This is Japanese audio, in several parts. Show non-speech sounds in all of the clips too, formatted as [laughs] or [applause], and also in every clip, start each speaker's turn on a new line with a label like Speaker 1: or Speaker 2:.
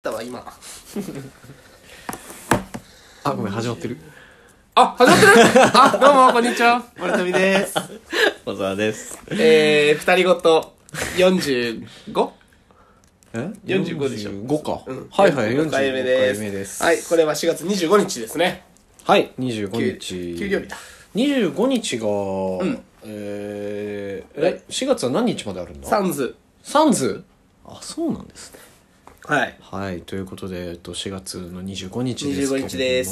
Speaker 1: ったわ今
Speaker 2: あごめん始まってる
Speaker 1: あ始まってるあどうもこんにちは森富 [laughs] です
Speaker 2: 小沢です
Speaker 1: えー、二人ごと 45?
Speaker 2: え
Speaker 1: 45でしょ
Speaker 2: 45か、
Speaker 1: うん
Speaker 2: はいはい
Speaker 1: 45回目です
Speaker 2: 45回目です
Speaker 1: はいこれは4月25日ですね
Speaker 2: はい25
Speaker 1: 給
Speaker 2: 日
Speaker 1: 給料日だ
Speaker 2: 25日が、
Speaker 1: ん
Speaker 2: えー、え4月は何日まであるんだ
Speaker 1: サンズ
Speaker 2: サンズあそうなんですね
Speaker 1: はい
Speaker 2: はいということで、えっと、4月の25日ですけれども
Speaker 1: 25日で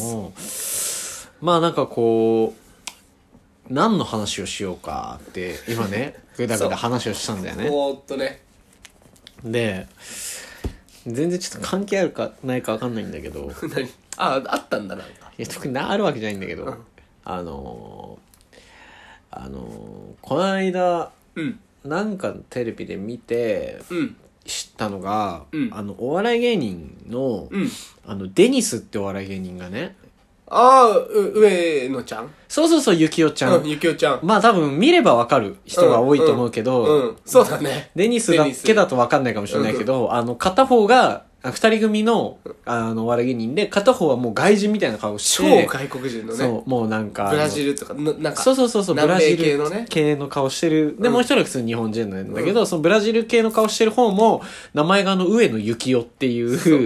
Speaker 1: す
Speaker 2: まあなんかこう何の話をしようかって
Speaker 1: [laughs]
Speaker 2: 今ねぐだぐだ話をしたんだよね
Speaker 1: ぼーっとね
Speaker 2: で全然ちょっと関係あるかないか分かんないんだけど
Speaker 1: 何ああったんだなんか
Speaker 2: いや特になあるわけじゃないんだけどあのー、あのー、この間
Speaker 1: うん
Speaker 2: なんかテレビで見て
Speaker 1: うん
Speaker 2: 知ったのが、
Speaker 1: うん
Speaker 2: あのお笑い芸人の,、
Speaker 1: うん
Speaker 2: あのデニスってお笑い芸人がね
Speaker 1: ああ上野ちゃん
Speaker 2: そうそうそうゆきおちゃん、
Speaker 1: うんゆきおちゃん
Speaker 2: まあ多分見れば分かる人が多いと思うけど、
Speaker 1: うん、うんそうだね
Speaker 2: デニスだけだと分かんないかもしれないけど、あの、片方が、あ二人組の、あの、お笑い芸人で、片方はもう外人みたいな顔し
Speaker 1: 超
Speaker 2: て、
Speaker 1: 外国人のね
Speaker 2: そう、もうなんか、
Speaker 1: ブラジルとかななんか
Speaker 2: そうそうそうそう、ブラ
Speaker 1: 南米
Speaker 2: ジル
Speaker 1: 系のね
Speaker 2: 系の顔してる。で、もう一人は普通に日本人なんだけど、そのブラジル系の顔してる方も、名前があの上野幸男ってい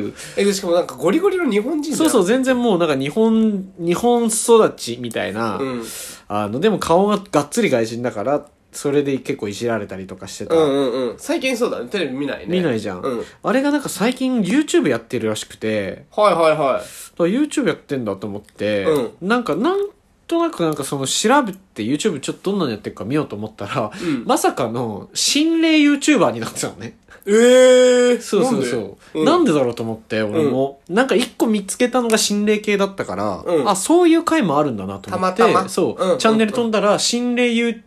Speaker 2: う、
Speaker 1: えでしかもなんかゴリゴリの日本人だよ
Speaker 2: そうそう、全然もうなんか日本、日本育ちみたいな、
Speaker 1: うん
Speaker 2: あの、でも顔ががっつり外人だから、それで結構いじられたりとかしてた。
Speaker 1: うんうんうん最近そうだねテレビ見ないね
Speaker 2: 見ないじゃん、
Speaker 1: うん
Speaker 2: あれがなんか最近 YouTube やってるらしくて
Speaker 1: はいはいはい
Speaker 2: だから YouTube やってんだと思って、
Speaker 1: う
Speaker 2: なんかなんとなくなんかその調べて YouTube ちょっとどんなのやってるか見ようと思ったら、
Speaker 1: ん
Speaker 2: まさかの心霊 YouTuber になってたのね
Speaker 1: ええ
Speaker 2: そうそうそうなんで,、だろうと思って俺も、なんか一個見つけたのが心霊系だったから、
Speaker 1: うん
Speaker 2: あそういう回もあるんだなと思って
Speaker 1: たまたま
Speaker 2: そう、
Speaker 1: うん
Speaker 2: チャンネル飛んだら心霊 You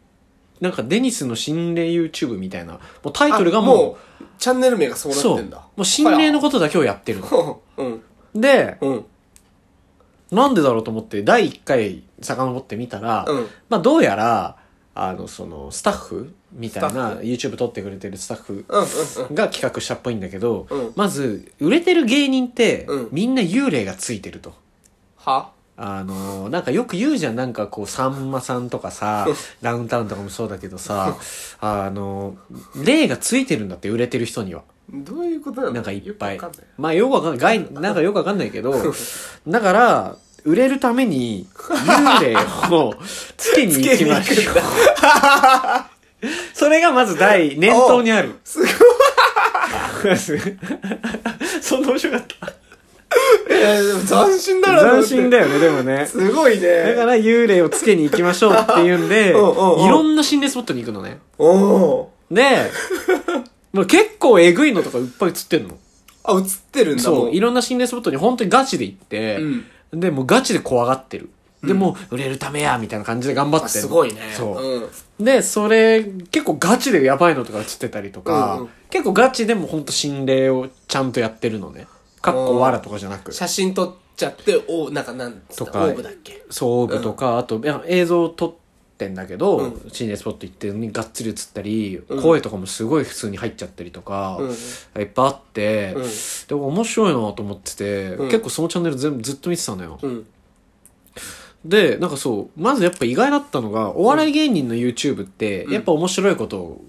Speaker 2: なんかデニスの心霊 YouTube みたいなもうタイトルがもう
Speaker 1: もうチャンネル名がそうな
Speaker 2: そ
Speaker 1: っ
Speaker 2: う。
Speaker 1: てん
Speaker 2: も
Speaker 1: だ
Speaker 2: う心霊のことだけをやってるの。
Speaker 1: ほら [laughs] うん
Speaker 2: で、
Speaker 1: うん
Speaker 2: なんでだろうと思って、第1回遡ってみたら、
Speaker 1: うん
Speaker 2: まあどうやら、あの、その、スタッフみたい
Speaker 1: スタ
Speaker 2: な、YouTube 撮ってくれてるスタッフ
Speaker 1: うんうん
Speaker 2: が企画したっぽいんだけど、
Speaker 1: うん
Speaker 2: まず、売れてる芸人って、
Speaker 1: うん
Speaker 2: みんな幽霊がついてると。
Speaker 1: は
Speaker 2: あのーなんかよく言うじゃん、なんかこう、さんまさんとかさ、ダウンタウンとかもそうだけどさ、あのー霊がついてるんだって、売れてる人には。
Speaker 1: どういうことなの
Speaker 2: なんかいっぱい
Speaker 1: よくわかんない。
Speaker 2: まあよくわかんない。外なんかよくわかんないけど、だから、売れるために、幽霊
Speaker 1: [laughs]
Speaker 2: をつけに行きましょう。それがまず
Speaker 1: [laughs]
Speaker 2: 第、念頭にある。すごい。 [laughs] そんな面白かった。
Speaker 1: えー、でも斬新だなと思っ
Speaker 2: 斬
Speaker 1: て
Speaker 2: 新だよね、でもね。
Speaker 1: すごい
Speaker 2: だ
Speaker 1: ね
Speaker 2: から幽霊をつけに行きましょうっていうんで、い
Speaker 1: うんうんうん
Speaker 2: ろんな心霊スポットに行くのね。
Speaker 1: おお [laughs]
Speaker 2: で、もう結構えぐいのとかいっぱい映ってんの。
Speaker 1: あ映ってるんだ
Speaker 2: そ
Speaker 1: も
Speaker 2: う、いろんな心霊スポットに本当にガチで行って、で、もうガチで怖がってる。で、もう売れるためや、みたいな感じで頑張っ
Speaker 1: あ
Speaker 2: てんの
Speaker 1: すごいね
Speaker 2: そう。
Speaker 1: ん、
Speaker 2: で、それ、結構ガチでやばいのとか映ってたりとか、
Speaker 1: うんうん
Speaker 2: 結構ガチでも本当心霊をちゃんとやってるのね。かっこわらとかじゃなく。
Speaker 1: 写真撮っちゃっておなんかなんつっ
Speaker 2: と
Speaker 1: た
Speaker 2: か
Speaker 1: オーブだっけ
Speaker 2: 装具とか、あといや映像を撮ってんだけど、
Speaker 1: う
Speaker 2: 心霊スポット行ってるのにがっつり映ったり、声とかもすごい普通に入っちゃったりとか、いっぱいあって、
Speaker 1: うん
Speaker 2: でも面白いなと思ってて、
Speaker 1: ん
Speaker 2: 結構そのチャンネル全部ずっと見てたのよ、
Speaker 1: うん
Speaker 2: でなんかそうまずやっぱ意外だったのがお笑い芸人の YouTube ってやっぱ面白いことを、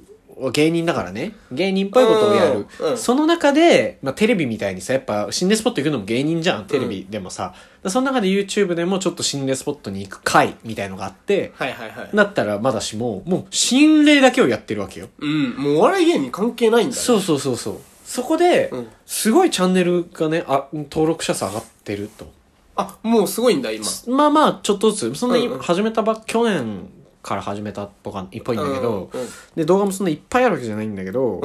Speaker 2: 芸人だからね芸人っぽいことをやる、
Speaker 1: うんうん
Speaker 2: その中で、まあ、テレビみたいにさやっぱ心霊スポット行くのも芸人じゃんテレビでもさ、その中で YouTube でもちょっと心霊スポットに行く回みたいのがあって
Speaker 1: はいはいはい
Speaker 2: なったらまだしももう心霊だけをやってるわけよ
Speaker 1: うんもうお笑い芸人関係ないんだ、ね、
Speaker 2: そうそうそうそうそこで、
Speaker 1: うん
Speaker 2: すごいチャンネルがねあ登録者数上がってると
Speaker 1: あもうすごいんだ今
Speaker 2: まあまあちょっとずつそんなに
Speaker 1: うんうん
Speaker 2: 始めたばっ、去年から始めたっぽかっぽいんだけど、
Speaker 1: うんうん
Speaker 2: で動画もそんないっぱいあるわけじゃないんだけど、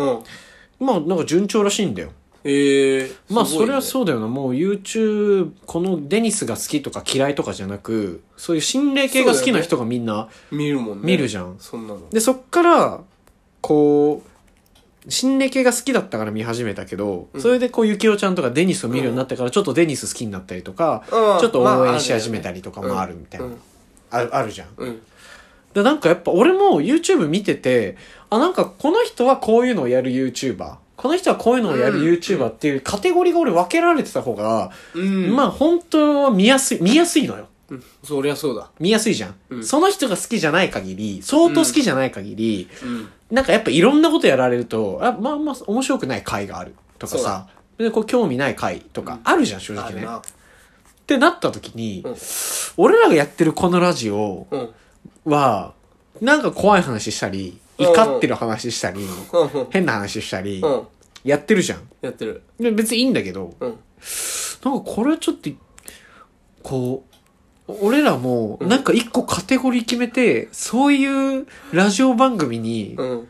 Speaker 1: うん
Speaker 2: まあなんか順調らしいんだよ
Speaker 1: ええ
Speaker 2: まあそれは
Speaker 1: う
Speaker 2: そうだよな、もう YouTube このデニスが好きとか嫌いとかじゃなくそういう心霊系が好きな人がみんな
Speaker 1: 見るもんね
Speaker 2: 見るじゃん、
Speaker 1: そんなの
Speaker 2: でそっからこう心霊系が好きだったから見始めたけど、それでこうゆきおちゃんとかデニスを見るようになってからちょっとデニス好きになったりとか、
Speaker 1: うん
Speaker 2: ちょっと
Speaker 1: まあ
Speaker 2: 応援し始めたりとかもあ
Speaker 1: あ
Speaker 2: るみたいな、
Speaker 1: うん
Speaker 2: あるあるじゃん
Speaker 1: うん
Speaker 2: でなんかやっぱ俺も YouTube 見ててあなんかこの人はこういうのをやる YouTuber この人はこういうのをやる YouTuber っていうカテゴリーが俺分けられてた方が、
Speaker 1: うん。
Speaker 2: まあ本当は見やすい、見やすいのよ。
Speaker 1: うんそりゃそうだ。
Speaker 2: 見やすいじゃん,、
Speaker 1: うん
Speaker 2: その人が好きじゃない限り、相当好きじゃない限り、
Speaker 1: うん。
Speaker 2: なんかやっぱいろんなことやられると、あまあまあ面白くない回があるとか
Speaker 1: そう
Speaker 2: さ
Speaker 1: だ、
Speaker 2: でこう興味ない回とかあるじゃん、正直ね。っ
Speaker 1: な。
Speaker 2: てなった時に、
Speaker 1: うん
Speaker 2: 俺らがやってるこのラジオ
Speaker 1: うん。うん
Speaker 2: は、なんか怖い話したり、
Speaker 1: うんうん
Speaker 2: 怒ってる話したり、
Speaker 1: うん。
Speaker 2: 変な話したり、
Speaker 1: うん。
Speaker 2: やってるじゃん。
Speaker 1: やってる。
Speaker 2: で別にいいんだけど、
Speaker 1: うん。
Speaker 2: なんかこれはちょっと、こう、俺らも、なんか一個カテゴリー決めて、そういうラジオ番組に、
Speaker 1: うん。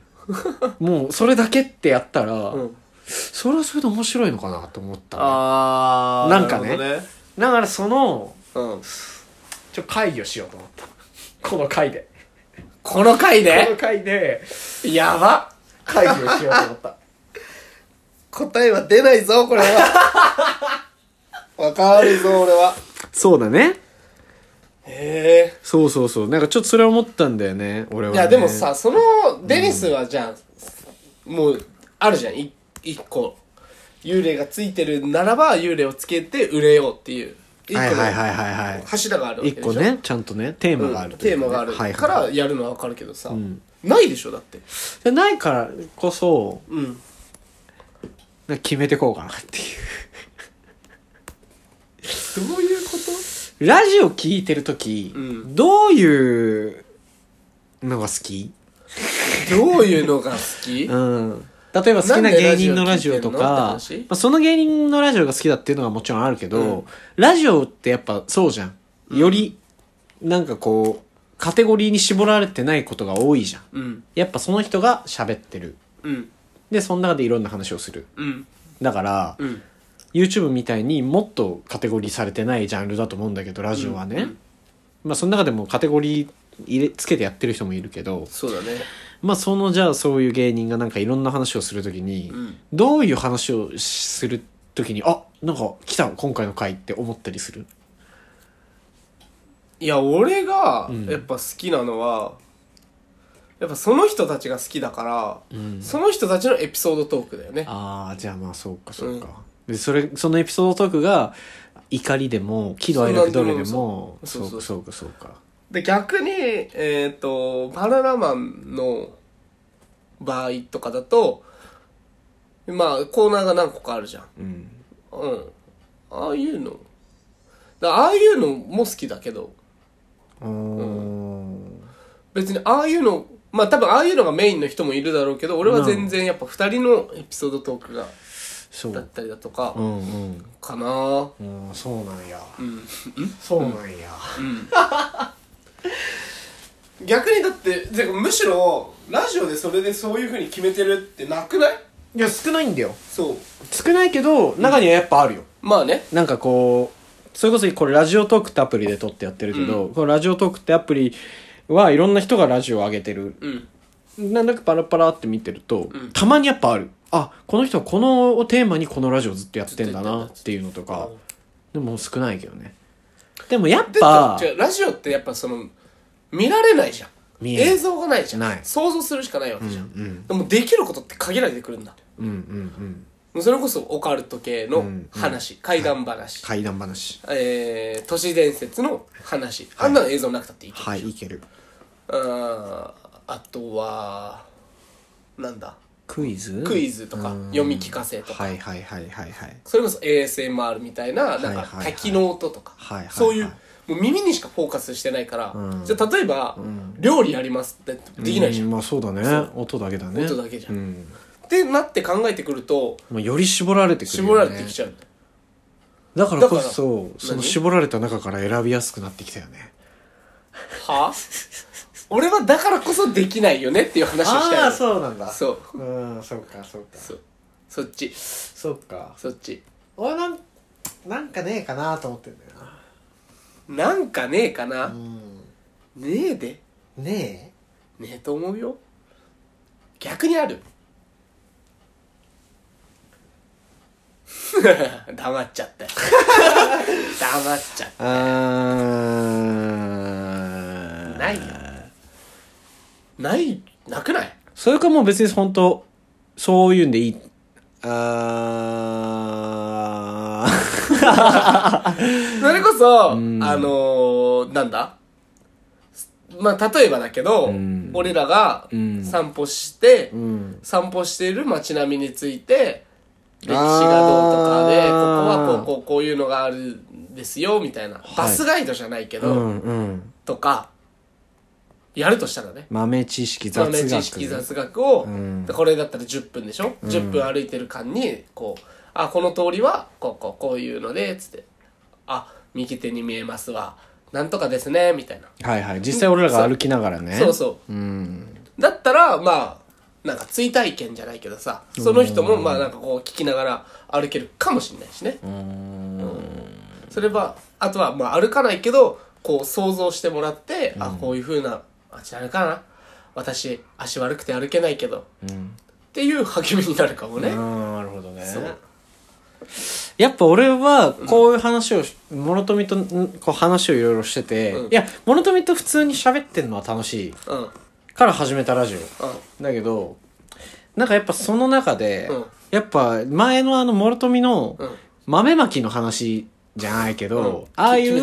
Speaker 2: もうそれだけってやったら、
Speaker 1: うん。
Speaker 2: それはそれで面白いのかなと思った。
Speaker 1: あー。
Speaker 2: なんかね
Speaker 1: る
Speaker 2: だからその、
Speaker 1: ほどねうん。
Speaker 2: ちょ、会議をしようと思った。この回で。
Speaker 1: この回
Speaker 2: この
Speaker 1: で
Speaker 2: 回で、
Speaker 1: やば
Speaker 2: 会議をしようと
Speaker 1: [laughs]
Speaker 2: 思った。
Speaker 1: 答えは出ないぞ、これは。 [laughs] わかるぞ、俺は。
Speaker 2: そうだね。
Speaker 1: へ
Speaker 2: そうそうそう。なんかちょっとそれ思ったんだよね、俺は、
Speaker 1: え。
Speaker 2: ね。
Speaker 1: いや、でも、さ、その、デニスはじゃあ、もう、あるじゃん、い一個。幽霊がついてるならば、幽霊をつけて売れようっていう。一個
Speaker 2: はいはい
Speaker 1: の
Speaker 2: はいはいはい。
Speaker 1: 柱があるわけ
Speaker 2: 一
Speaker 1: でしょ。
Speaker 2: 個ね、ちゃんとね、テーマがある、
Speaker 1: うんテーマがある
Speaker 2: はいはい
Speaker 1: からやるのはわかるけどさ、
Speaker 2: ん
Speaker 1: ないでしょだって
Speaker 2: でないからこそ、
Speaker 1: うん
Speaker 2: なんか決めてこうかなってい
Speaker 1: どういうこ
Speaker 2: う。ラジオ聞いてるとき、
Speaker 1: うん
Speaker 2: どういうのが好き
Speaker 1: とどういうのが好き
Speaker 2: [laughs] うん。例えば好きな芸人のラジオと
Speaker 1: なん
Speaker 2: か、
Speaker 1: でラジオ聞いてんのって話
Speaker 2: まあ、その芸人のラジオが好きだっていうのはもちろんあるけど、ラジオってやっぱそうじゃん。より、なんかこう、カテゴリーに絞られてないことが多いじゃん。
Speaker 1: うん
Speaker 2: やっぱその人が喋ってる。
Speaker 1: うん
Speaker 2: で、その中でいろんな話をする。
Speaker 1: うん
Speaker 2: だから、
Speaker 1: うん
Speaker 2: YouTube みたいにもっとカテゴリーされてないジャンルだと思うんだけどラジオはね、
Speaker 1: うんうん
Speaker 2: まあその中でもカテゴリー入れつけてやってる人もいるけど
Speaker 1: そうだね
Speaker 2: まあそのじゃあそういう芸人がなんかいろんな話をするときに、
Speaker 1: うん
Speaker 2: どういう話をするときにあなんか来た今回の回って思ったりする
Speaker 1: いや俺が
Speaker 2: うん
Speaker 1: やっぱ好きなのは、やっぱその人たちが好きだから、
Speaker 2: うん
Speaker 1: その人たちのエピソードトークだよね
Speaker 2: ああじゃあまあそうかそうか、でそれそのエピソードトークが怒りでも喜怒哀楽どれでも
Speaker 1: そう
Speaker 2: そ
Speaker 1: なんでも
Speaker 2: うかそうかそうか
Speaker 1: で逆にえっ、とバナナマンの場合とかだとまあコーナーが何個かあるじゃん
Speaker 2: うん
Speaker 1: うん。ああいうの。だああいうのも好きだけど、
Speaker 2: うーん
Speaker 1: 別にああいうの、まあ多分ああいうのがメインの人もいるだろうけど、俺は全然やっぱ二人のエピソードトークが、
Speaker 2: そ
Speaker 1: だっ
Speaker 2: う
Speaker 1: たりだとか
Speaker 2: う、んうん
Speaker 1: かなぁ。
Speaker 2: うんそうなんや
Speaker 1: うん。
Speaker 2: そうなんや、
Speaker 1: 逆にだって、てかむしろ、ラジオでそれでそういう風に決めてるってなくない
Speaker 2: いや少ないんだよ
Speaker 1: そう。
Speaker 2: 少ないけど中にはやっぱあるよ、
Speaker 1: まあね。
Speaker 2: なんかこうそれこそこれラジオトークってアプリで撮ってやってるけど、このラジオトークってアプリはいろんな人がラジオを上げてる
Speaker 1: うん。
Speaker 2: なんだかパラパラって見てると、
Speaker 1: うん
Speaker 2: たまにやっぱあるあこの人はこのをテーマにこのラジオずっとやってんだなっていうのとか、でも少ないけどねでもやっ
Speaker 1: で
Speaker 2: ぱ
Speaker 1: 違うラジオってやっぱその、見られないじゃん。
Speaker 2: 見えない
Speaker 1: 映像がないじゃん。
Speaker 2: ない
Speaker 1: 想像するしかないわけじゃん。
Speaker 2: うん
Speaker 1: でもできることって限られてくるんだ。
Speaker 2: うんうんうん
Speaker 1: もうそれこそオカルト系の話、怪談話、
Speaker 2: 怪談話
Speaker 1: えー、都市伝説の話、あんなの映像なくたっていい、
Speaker 2: はいいける
Speaker 1: あーあとはなんだ
Speaker 2: クイズ
Speaker 1: クイズとか
Speaker 2: うん
Speaker 1: 読み聞かせとか
Speaker 2: はいはいはいはいはい
Speaker 1: それこそ ASMR みたいな
Speaker 2: は
Speaker 1: ないん
Speaker 2: はい
Speaker 1: か
Speaker 2: はい
Speaker 1: 滝の音とか、
Speaker 2: はいはいはい
Speaker 1: そういうもう耳にしかフォーカスしてないから、
Speaker 2: うん
Speaker 1: じゃあ例えば、料理やりますってできないじゃん、
Speaker 2: うまあそうだね音だけだね
Speaker 1: 音だけじゃん
Speaker 2: うん
Speaker 1: ってなって考えてくると
Speaker 2: まあ、より絞られてくる、ね、
Speaker 1: 絞られてきちゃう、
Speaker 2: だからこ
Speaker 1: だ
Speaker 2: そその
Speaker 1: 何
Speaker 2: 絞られた中から選びやすくなってきたよね
Speaker 1: はあ俺はだからこそできないよねっていう話をしたいの
Speaker 2: うなんだ
Speaker 1: そう
Speaker 2: うんそうかそうか
Speaker 1: そうそっち
Speaker 2: そうか
Speaker 1: そっち
Speaker 2: 俺なんなんかねえかなと思ってんだよな
Speaker 1: なんかねえかな、
Speaker 2: うん
Speaker 1: ねえで
Speaker 2: ね
Speaker 1: ねえと思うよ逆にある [laughs] 黙っちゃったよ黙っちゃっ
Speaker 2: えあ
Speaker 1: たないよないなくない
Speaker 2: それかもう別に本当そういうんでいいあー
Speaker 1: それこそ、あのー、なんだまあ、例えばだけど、
Speaker 2: ん
Speaker 1: 俺らが
Speaker 2: うん
Speaker 1: 散歩して、
Speaker 2: ん
Speaker 1: 散歩している街並みについて、歴史がどうとかで、ここ
Speaker 2: あー
Speaker 1: はこう、こう、こういうのがあるんですよ、みたいな。バスガイドじゃないけ
Speaker 2: う
Speaker 1: ど、
Speaker 2: んうん。
Speaker 1: とか、やるとしたらね。
Speaker 2: 豆知識雑学。
Speaker 1: 豆知識雑学を、
Speaker 2: ん
Speaker 1: これだったら10分でしょ、10分歩いてる間にこうあこの通りはこうこうこういうのでつってあ右手に見えますわなんとかですねみたいな、
Speaker 2: はいはい。実際俺らが歩きながらね。。
Speaker 1: そうそう
Speaker 2: うん。
Speaker 1: だったらまあなんか追体験じゃないけどさその人もまあなんかこう聞きながら歩けるかもしれないしね、それはあとはまあ歩かないけどこう想像してもらって、あこういうふうなあちらかな私足悪くて歩けないけど、っていう励みになるかもね、
Speaker 2: うん、なるほどね。
Speaker 1: そう
Speaker 2: やっぱ俺はこういう話をし、諸富とんこう話をいろいろしてて、
Speaker 1: うん
Speaker 2: いや、諸富と普通に喋ってんのは楽しい
Speaker 1: うんうん
Speaker 2: から始めたラジオ。だけど、なんかやっぱその中で、
Speaker 1: うん
Speaker 2: やっぱ前のあの諸富の
Speaker 1: うん
Speaker 2: 豆まきの話じゃないけど、
Speaker 1: うん
Speaker 2: ああいう、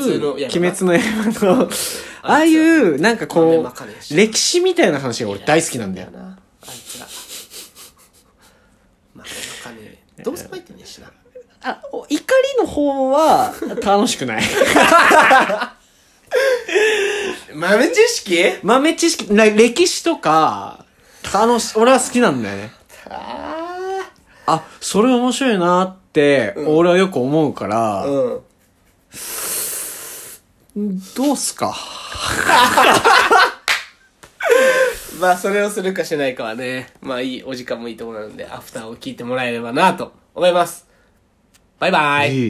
Speaker 1: き
Speaker 2: 鬼
Speaker 1: 鬼
Speaker 2: 滅
Speaker 1: 滅
Speaker 2: の刃の、 [laughs] ああいう、なんか
Speaker 1: 豆
Speaker 2: こ
Speaker 1: まかれし
Speaker 2: う、歴史みたいな話が俺大好きなんだよ。
Speaker 1: なあいつらまあなんかねどうせ入ってねえしな
Speaker 2: あ、お怒りの方 [laughs] は楽しくない。
Speaker 1: 豆知識
Speaker 2: 豆知識、な歴史とか、楽し、俺は好きなんだよね。
Speaker 1: あ
Speaker 2: あ、それ面白いなって、俺はよく思うから、
Speaker 1: あうん
Speaker 2: どうすか
Speaker 1: まあそれをするかしないかはねまあいいお時間もいいところなのでアフターを聞いてもらえればなと思いますバイバイ、
Speaker 2: いい